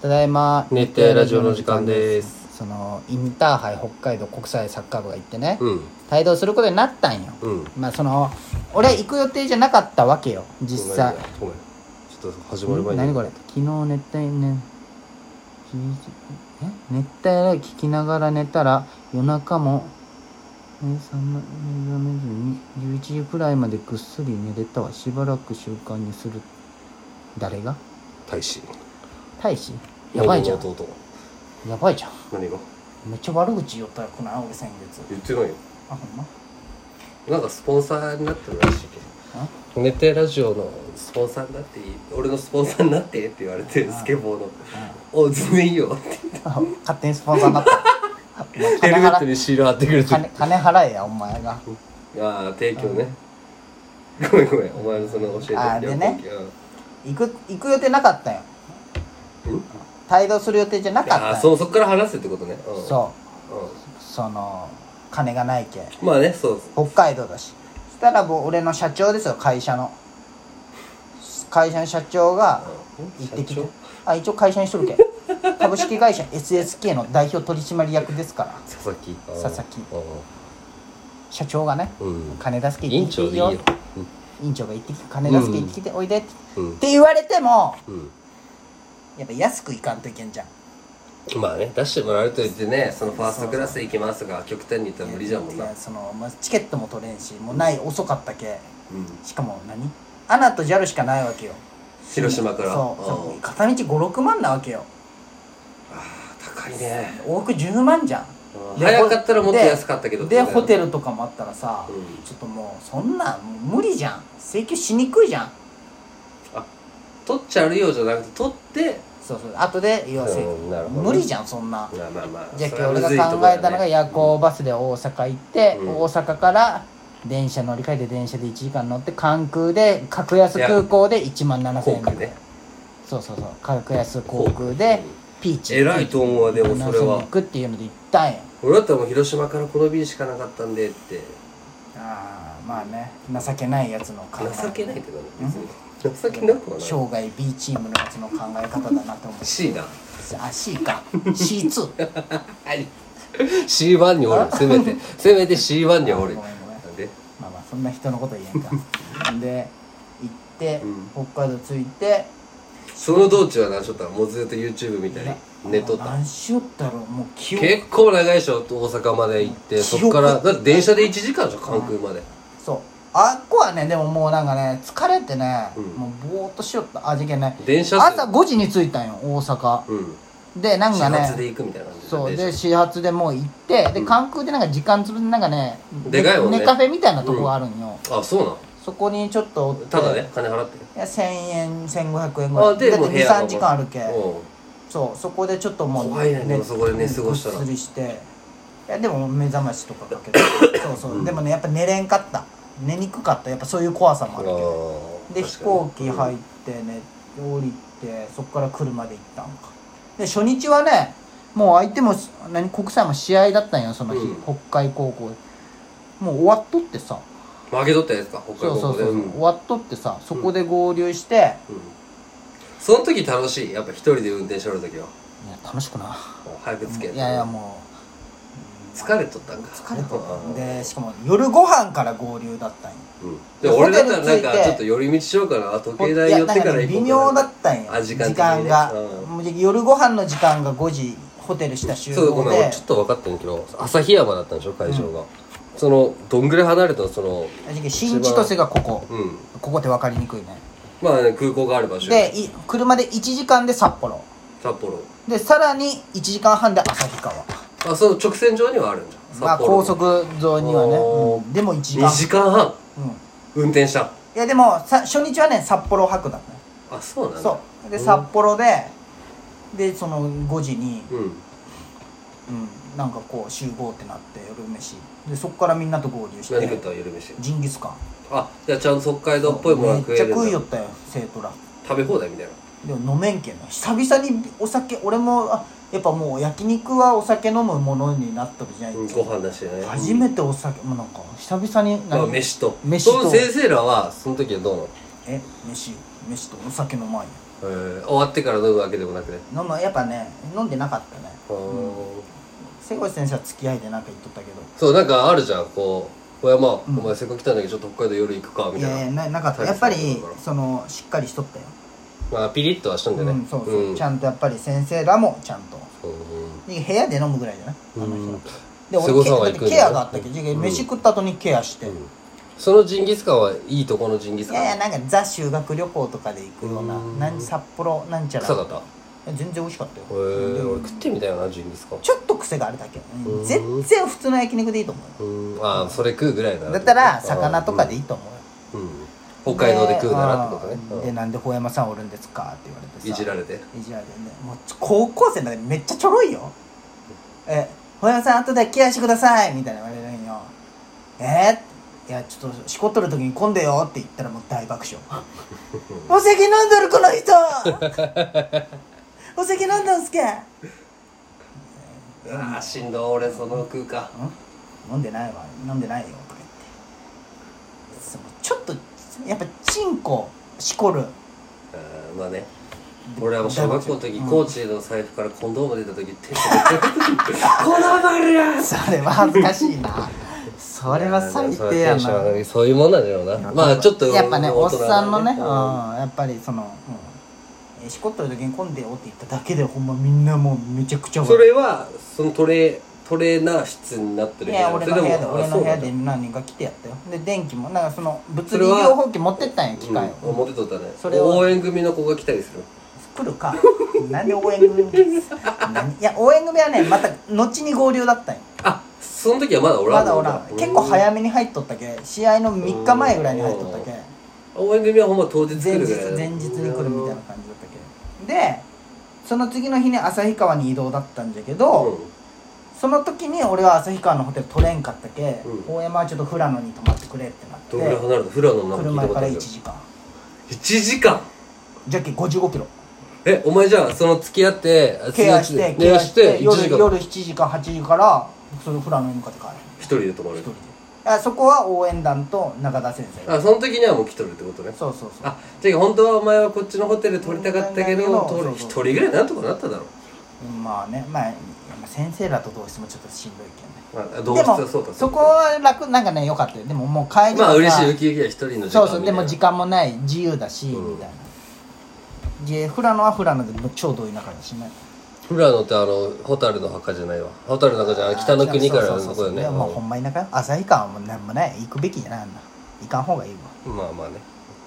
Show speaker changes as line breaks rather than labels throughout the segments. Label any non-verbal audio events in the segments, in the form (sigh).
ただいま
熱帯ラジオの時間です
そのインターハイ北海道国際サッカー部が行ってね、
うん
帯同することになったんよ、
うん
まあその俺行く予定じゃなかったわけよ実際
ごめんちょっと始まる前に
何これ昨日熱帯ねえ熱帯ライ聞きながら寝たら夜中もえそんな目覚めずに11時くらいまでぐっすり寝れたわしばらく習慣にする誰が
大使
大使やばいじゃん
弟
やばいじゃん
何が
めっちゃ悪口言おったよこの青い先月
言ってないよ
あほんま
なんかスポンサーになってるらしいけど熱帯ラジオのスポンサーになっていい俺のスポンサーになってって言われてスケボーの「お全然いいよ」って
あ勝手にスポンサーになったお前
(laughs) ヘル
金
メット
払え
にシール貼ってくれて
金金払えやお前が
ああ提供ねごめんごめんお前のその教えて
あーでね
提供
行く行く予定なかったよ
うん
帯同する予定じゃなかった
ああ
よ
そそっから話すってことねうん
そうその金がないけ
んまあねそう
北海道だしそしたらもう俺の社長ですよ会社の会社の社長が行ってき
社
て
長
あ一応会社にしとるけ株式会社 SSK の代表取締役ですから
佐々木
佐々木
木
社長がね
うん
金出すけ
委
行ってきていい
員長でいいよ
よ院長が行ってきて金出すけ行ってきておいでって
うん
って言われても
うん
やっぱ安く行かんといけんじゃん
まあね出してもらうと言ってねそのファーストクラスで行きますが極端に言ったら無理じゃんもん
い
な
やその、まあ、チケットも取れんしもうない遅かったけ
うん
しかも何アナと JAL しかないわけよ
広島から
そう
う
そ
ん
う片道56万なわけよ
高いね
往復10万じゃんで
早かったらもっと安かったけど
ででホテ
ル
ルとかもあったらさ、
うん
ちょっともうそんなんもう無理じゃん請求しにくいじゃん
取っちゃうよじゃなくて取って
そうそう後で要請
うんなるほどね
無理じゃんそんな
まあまあまあ
じゃあ今日
それはむず
俺
い
が
と
考
こだ
えたのが
ね
夜行バスで大阪行って、
うん
大阪から電車乗り換えて電車で1時間乗って関空で格安空港で1万7000
航
円
空ね
そうそうそう格安航空でピーチ
偉いと思うわでもそれは
行くっていうので行ったんや
俺だったらもう広島からこの便しかなかったんでって
ああまあね情けないやつの考え
情けないけどね別に情けなくはない
生涯 B チームのやつの考え方だなって思って
C だ
あ C か
(laughs)
C2
C1 におるせめてせめて C1 にはおる
ご
な
めんごめん
んで
まあまあそんな人のこと言えん
(laughs)
かで行って、
う
北海道着いて
その道中はなちょっともうずっと YouTube 見たり寝とった
何しよったろうもう記憶
結構長いでしょ大阪まで行ってそっからだって電車で1時間でしょ関空まで
そうあっこはねでももうなんかね疲れてね、
うん
もうぼーっとしよった味気ない
電車
朝5時に着いたんよ大阪
うん
でなん
始
か
発
ね
で行くみたいな感じ
そう
電
で
車
始発でもう行ってで
うん
関空でなんか時間潰んなんかね
でかいもんね
ネカフェみたいなとこがあるんよ、
あそうな
そこにちょっとおって
のただね金払って
いや1000円1500円ぐら
あ
い
で
だっ
も
て
う部屋
23時間あるけ
うん
そうそこでちょっともう
怖いねでも
ね
そこで寝過ごしたら
ぐっすりしていやでも目覚ましとかかけ
(laughs)
てそうそう、でもねやっぱ寝れんかった寝にくかったやっぱそういう怖さもあるけど
あー
で飛
確かに
行機入ってね降りてそこから車で行ったんかで初日はねもう相手も何国際も試合だったんよその日、
うん
北海高校もう終わっとってさ
負けとったやつか北海
そうそう
道で
そう、
うん
終わっとってさそこで合流して、
うんその時楽しいやっぱ一人で運転しとる時はい
や楽しくな
早くつけ
いやいやも
疲れとったん
う
か
疲れて
うん
でしかも夜ご飯から合流だったんよ
うんで俺だったらな
ホテル
ん
着い
か
て
ちょっと寄り道しようかな時計台寄ってから行こうかな
やなんかね微妙だったんよ
あ時
時
間
間
的にね
が、
うん
もう夜ご飯の時間が5時ホテルした集
そうご
合
めん俺
で
ちょっと分かってんけど旭山だったんでしょ会場が、そのどんぐらい離れたのその
あ新千歳がここ
うん
ここって分かりにくいね
まあ、ね、空港がある場所
でい車で1時間で札幌
札幌
でさらに1時間半で旭川
あその直線上にはあるんじゃん
まあ
札幌
高速沿いにはね、
おー
うんでも1時間
2時間半
うん、い
運転した
やでもさ初日はね札幌博だったね
あそうなんだ
そうで
うん
札幌で、でその5時に、
うん
うん、なんかこう集合ってなって夜飯でそこからみんなと合流して
何食った夜飯
ジンギスカン
あじゃあちゃんと北海道っぽいものが
めっ
食
ち
え
ゃ
る
食い
ん
よ
だ
ったよ生徒ら
食べ放題みたいな
でも飲めんけんな久々にお酒俺もあやっぱもう焼肉はお酒飲むものになっとるじゃない
うんご飯だしね
初めてお酒もうなんか久々に
まあ
何
飯と
飯と
その先生らはその時はどうなの
え飯飯とお酒飲まんや
えー終わってから飲むわけでもなくね
飲むやっぱね飲んでなかったね
あー
瀬越先生は付き合いでなんか言っとったけど
そうなんかあるじゃんこう「小山、
うん
お前せっかく来たんだけどちょっと北海道夜行くか」み
い
たいな
やいやななかったやっぱりそのしっかりしとったよ、
まあピリッとはしたんだよ
う
ね
ん、そうそう、
ん
ちゃんとやっぱり先生らもちゃんと
うん
で部屋で飲むぐらいじゃないあの人
うん
で
瀬古さんは
俺
行く
ケ
んだね
ケアがあったけど、
うん
飯食った後にケアして、
うんそのジンギスカンはいいとこのジンギス
い
カン
やいやなんかザ修学旅行とかで行くような
うん
なん札幌なんちゃら
臭かったへ
いや全然美味しかった
え
よ、
俺食ってみたいよなジンギスカン
ちょっと癖があるだけ、うん
うん
全然普通の焼肉でいいと思うよ
うんああそれ食うぐらいなら
だったら魚とかでいいと思うよ、
うん、うん北海道で食うならってことね
で,あー、で
うん
なんで「ほ山さんおるんですか?」って言われてさ
いじられて
いじられてねもう高校生だからめっちゃちょろいよえ「ほ山さん後でケアしてください」みたいな言われるんよえー、いやちょっとしこっとる時に混んでよって言ったらもう大爆
(laughs)
笑お酒飲んどるこの人お酒飲んどんすけ
ああしんどい俺その食うか
飲んでないわ飲んでないよとか言ってそうちょっとやっぱチンコしこる
あーまあね俺はもう小学校の時、高知の財布からコンドーム出た時手で
(laughs)
このバルや
それは恥ずかしいなそれは最低や
いそれはテンション上が
な
るそういうもんなんだろうなまあちょっと
やっぱねお
大
っ
人だ
さんのね、うん、
うん
やっぱりその、うんえーしこっとる時に混んでよって言っただけでほんまみんなもうめちゃくちゃ
それはそのトレトレーナー室になって
い
る
や
部
俺
屋
の部屋で
それも
俺の部屋で
あ
何人か来てやったよで電気もなんかその物
そ
理
れは
療法器持ってったんや機
そうなん
械
だ
を、
うん持ってとったね
それは
応援組の子が来たりする
来るかなんで応援組です何いや応援組はねまた後に合流だったんよ
あその時はまだおら
ま
ん
だおらん結構
い
早めに入っとったけ試合の3日前ぐらいに入っとったけ
応援組はほんま当日来
前
る
日
ぐらいだね
前日に来るみたいな感じだったけでその次の日に旭川に移動だったんじゃけど、
う
その時に俺は旭川のホテル取れんかったけ、
うん
大山はちょっと富良野に泊まってくれってなっ
んどんぐらい
て
離れた富良野なん
車
か聞いたこ
か
と
ら
ない
1
よ
時間
1時間
じゃけ55キロ
えお前じゃあその付き合って
ケアして
ケ
ケ
ア
ア
し
して
て1
夜
時間
夜7時か8時からその富良野に向かって帰る
一人で泊ま
一
る
人であそこは応援団と中田先生
あその時にはもう来とるってことね
そうそうそう
あてか本当はお前はこっちのホテル撮りたかったけど
そうそう
撮一人ぐらいなんとかなっただろ
まあねまあ先生らとどうしてもちょっとしんどいけどね
まあ
で
同室は
も
そうだ
そこは楽なんかね良かったよでももう帰り
まあ嬉しいウ
い
キウキは一人の時間みたいな
そうそうでも時間もない自由だし、
うん
みたいなで富良野は富良野でもう超どい中だしね
富良野ってあの蛍の墓じゃないわ蛍の墓じゃない北の国からのとこだよね
いやもうほんま田舎よ旭川はもうなんもない行くべきじゃないあんな行かん方がいいわ
うんまあまあね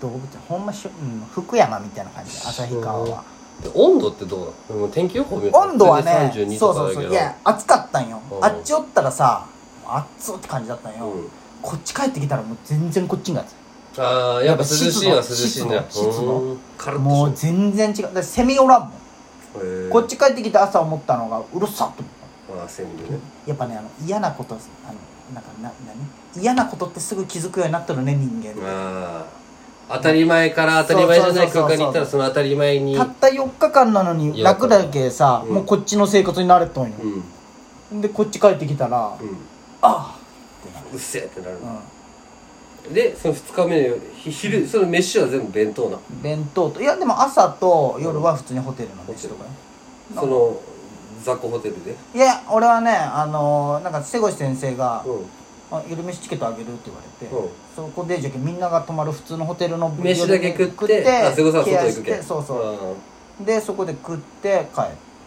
動物園ほんましょ、うん、福山みたいな感じ旭川は
で温度ってどうなのでも天気予報見ると
温度はね
普通に32
そ
と
う
か
そ
だ
うそ
けど
ういや暑かったんよ
うん
あっちおったらさ暑そうって感じだったんよ、
うん
こっち帰ってきたらもう全然こっちが暑い
ああやっぱ涼しいは涼しいんだよ
湿度湿度
うんカラッと
もう
し
全然違うだってセミおらんもん、
てるへー
こっち帰ってきて朝思ったのがうるさっと思った
ああセミでね
やっぱねあの嫌なことあのなんかな何嫌なことってすぐ気づくようになったのね人間って
ああ当たり前から当たり前じゃない空間に行ったらその当たり前に
たった4日間なのに楽だけさ、
うん
もうこっちの生活に慣れとんよ
う、ん
でこっち帰ってきたら、あ
うん
あってなる
うっせえってなる
う、
でその2日目のひ昼その飯は全部弁当なん
弁当といやでも朝と夜は普通にホテルの飯とかね
その雑魚ホテルで
いや俺はねあのーなんか瀬越先生が
うん
「あ夜飯チケットあげる」って言われて、
うん
そこでじゃけみんなが泊まる普通のホテルの
飯だけ食ってあ瀬古さんは
ケア
外
し
行く
て
け
そうそう、でそこで食って帰っ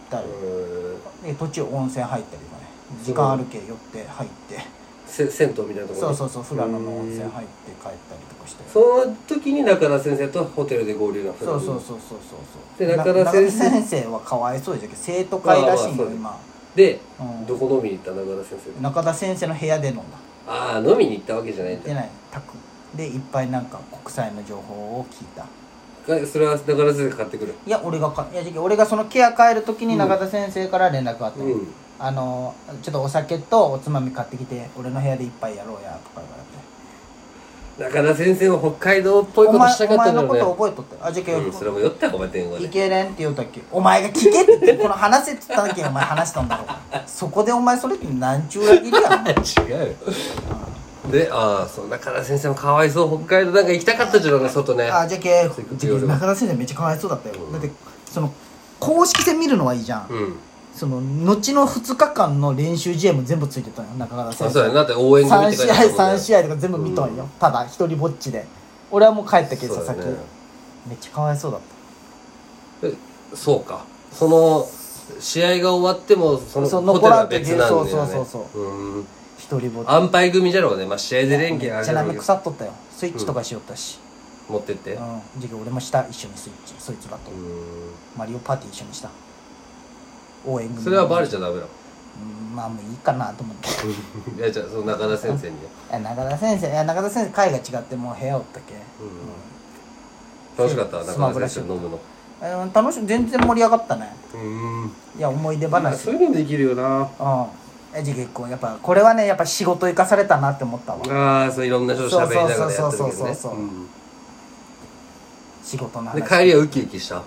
たり、
うんうん
で途中温泉入ったりとかね時間あるけ寄って入って
せ銭湯みたいなとこ
そ
ろ
う
に
そうそう富良野の温泉
うん
入って帰ったりとかして
その時に中田先生とホテルで合流なった
そうそうそうそうそう
で
な
中田先生
中田先生はかわいそうじゃけど生徒会らしい
まあまあそ
の
う
今、
で
うん
どこ飲みに行った中田先生
中田先生の部屋で飲んだ
ああ飲みに行ったわけじゃないん
で
だ
ないタクでいっぱいなんか国際の情報を聞いた
それは中田先生が買ってくる
いや俺がかいやじゃけ俺がそのケア帰る時に中田先生から連絡があったよ、
うん
あのちょっとお酒とおつまみ買ってきて俺の部屋で一杯やろうやとか言われて
中田先生も北海道っぽ
お
いこと
前
したかったんだ
お前の
ろ
こと覚えとったよあじゃけ、
うねうんそれも酔ったかお前電話
い
で
けれんって言うたっけお前が聞けって言ってこの話せっつっただけお
(laughs)
前話したんだろうそこでお前それって何ちゅう裏切りやろお前
違うよでああそう中田先生もかわいそう北海道なんか行きたかったじゃんね外ね
あじゃけ
そう
じゃけ中田先生めっちゃかわいそうだったよ、
うん
だってその公式戦見るのはいいじゃん、
うん
その後の2日間の練習試合も全部ついてたよ中川
あ
先
そうや
生
ねだって応援組
3
って書
試
いて
合
あったもんね
3試合とか全部見とんよ、
う
ただ一人ぼっちで俺はもう帰ったけど
そ
さ
う
さっ
だ
き
ね
めっちゃかわいそうだった
そうかその試合が終わってもその
そう残
ホテル
ら
は
んといけ
別なんだよね
そうそうそうそ
うん
一人ぼっち
安牌組じゃろうねまあ試合で連携あ
めっち
るじ
ゃ
ゃ
な
ろう
め
けど
腐っとったよスイッチとかしよったし、
持ってって
うんじゃけ俺もした一緒にスイッチそいつらと、
う
マリオパーティー一緒にした応援
ん
組
それはバレち
ゃ
ゃダメだろ
うんまあもういいかなと思って
いやじゃあその中田先生にね
いや中田先生いや中田先生会が違ってもう部屋おったけ、
う
う
ん楽しかった
スマ
中
ブ
田
ラ
先生飲むの
んうん楽しい全然盛り上がったね
うん
いや思い出話
そういうのできるよ
うん
な
えじゃあ結構やっぱこれはねやっぱ仕事生かされたなって思ったわ
ああそういろんな人と喋りながらやってる
そう
わ
そう
け
そう
ね
そう
うん
仕事の話
で帰りはウキウキした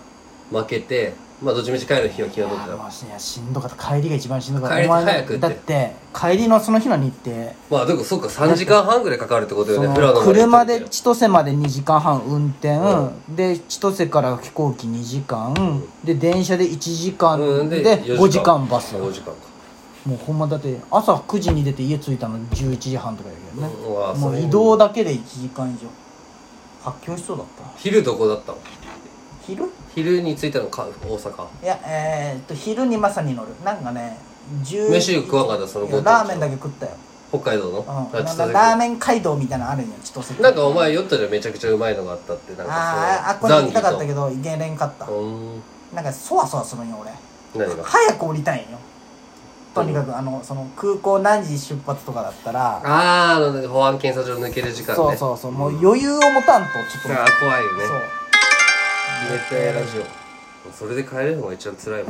負けてまあどっちみち帰る日は気
い
が
や
乗ってた
もういやしんどかった帰りが一番しんどかった
帰り
お前
早くって
だって帰りのその日の日程
まあでもそっか3時間半ぐらいかかるってことよ
そ
ね
の
富良野ま
車
行った
で
ら
千歳まで2時間半運転、
う
で千歳から飛行機2時間、で電車で1時間、
うん
で
で
5時間バス
まあ
も
5時間か
うほんまだって朝9時に出て家着いたの11時半とかやけどね、
うわ
も
そうれ
移動だけで1時間以上発狂しそうだった
昼どこだったの
昼
昼に着いたのか大阪
いやえー、っと昼にまさに乗るなんかね10
飯食わんかったその
い
ご
や
当地
ラーメンだけ食ったよ、
北海道の
うん、なん
あちょっ
か
と
ラーメン街道みたいなのあるんよ千歳
なんかお前酔ったじゃんめちゃくちゃうまいのがあったってなん
あーあっ
か
こ
そ
に
の
行きたかったけ
ど
ど行けれんかった、
うん
なんかそわそわするんよ俺
何が
早く降りたいんよとにかくあのその空港何時出発とかだったら
あああの保安検査場抜ける時間ね
そうそうそうもうん余裕を持たんとちょっと
ああ怖いよね
そう
熱帯ラジオそれで帰れるのが一番辛いもん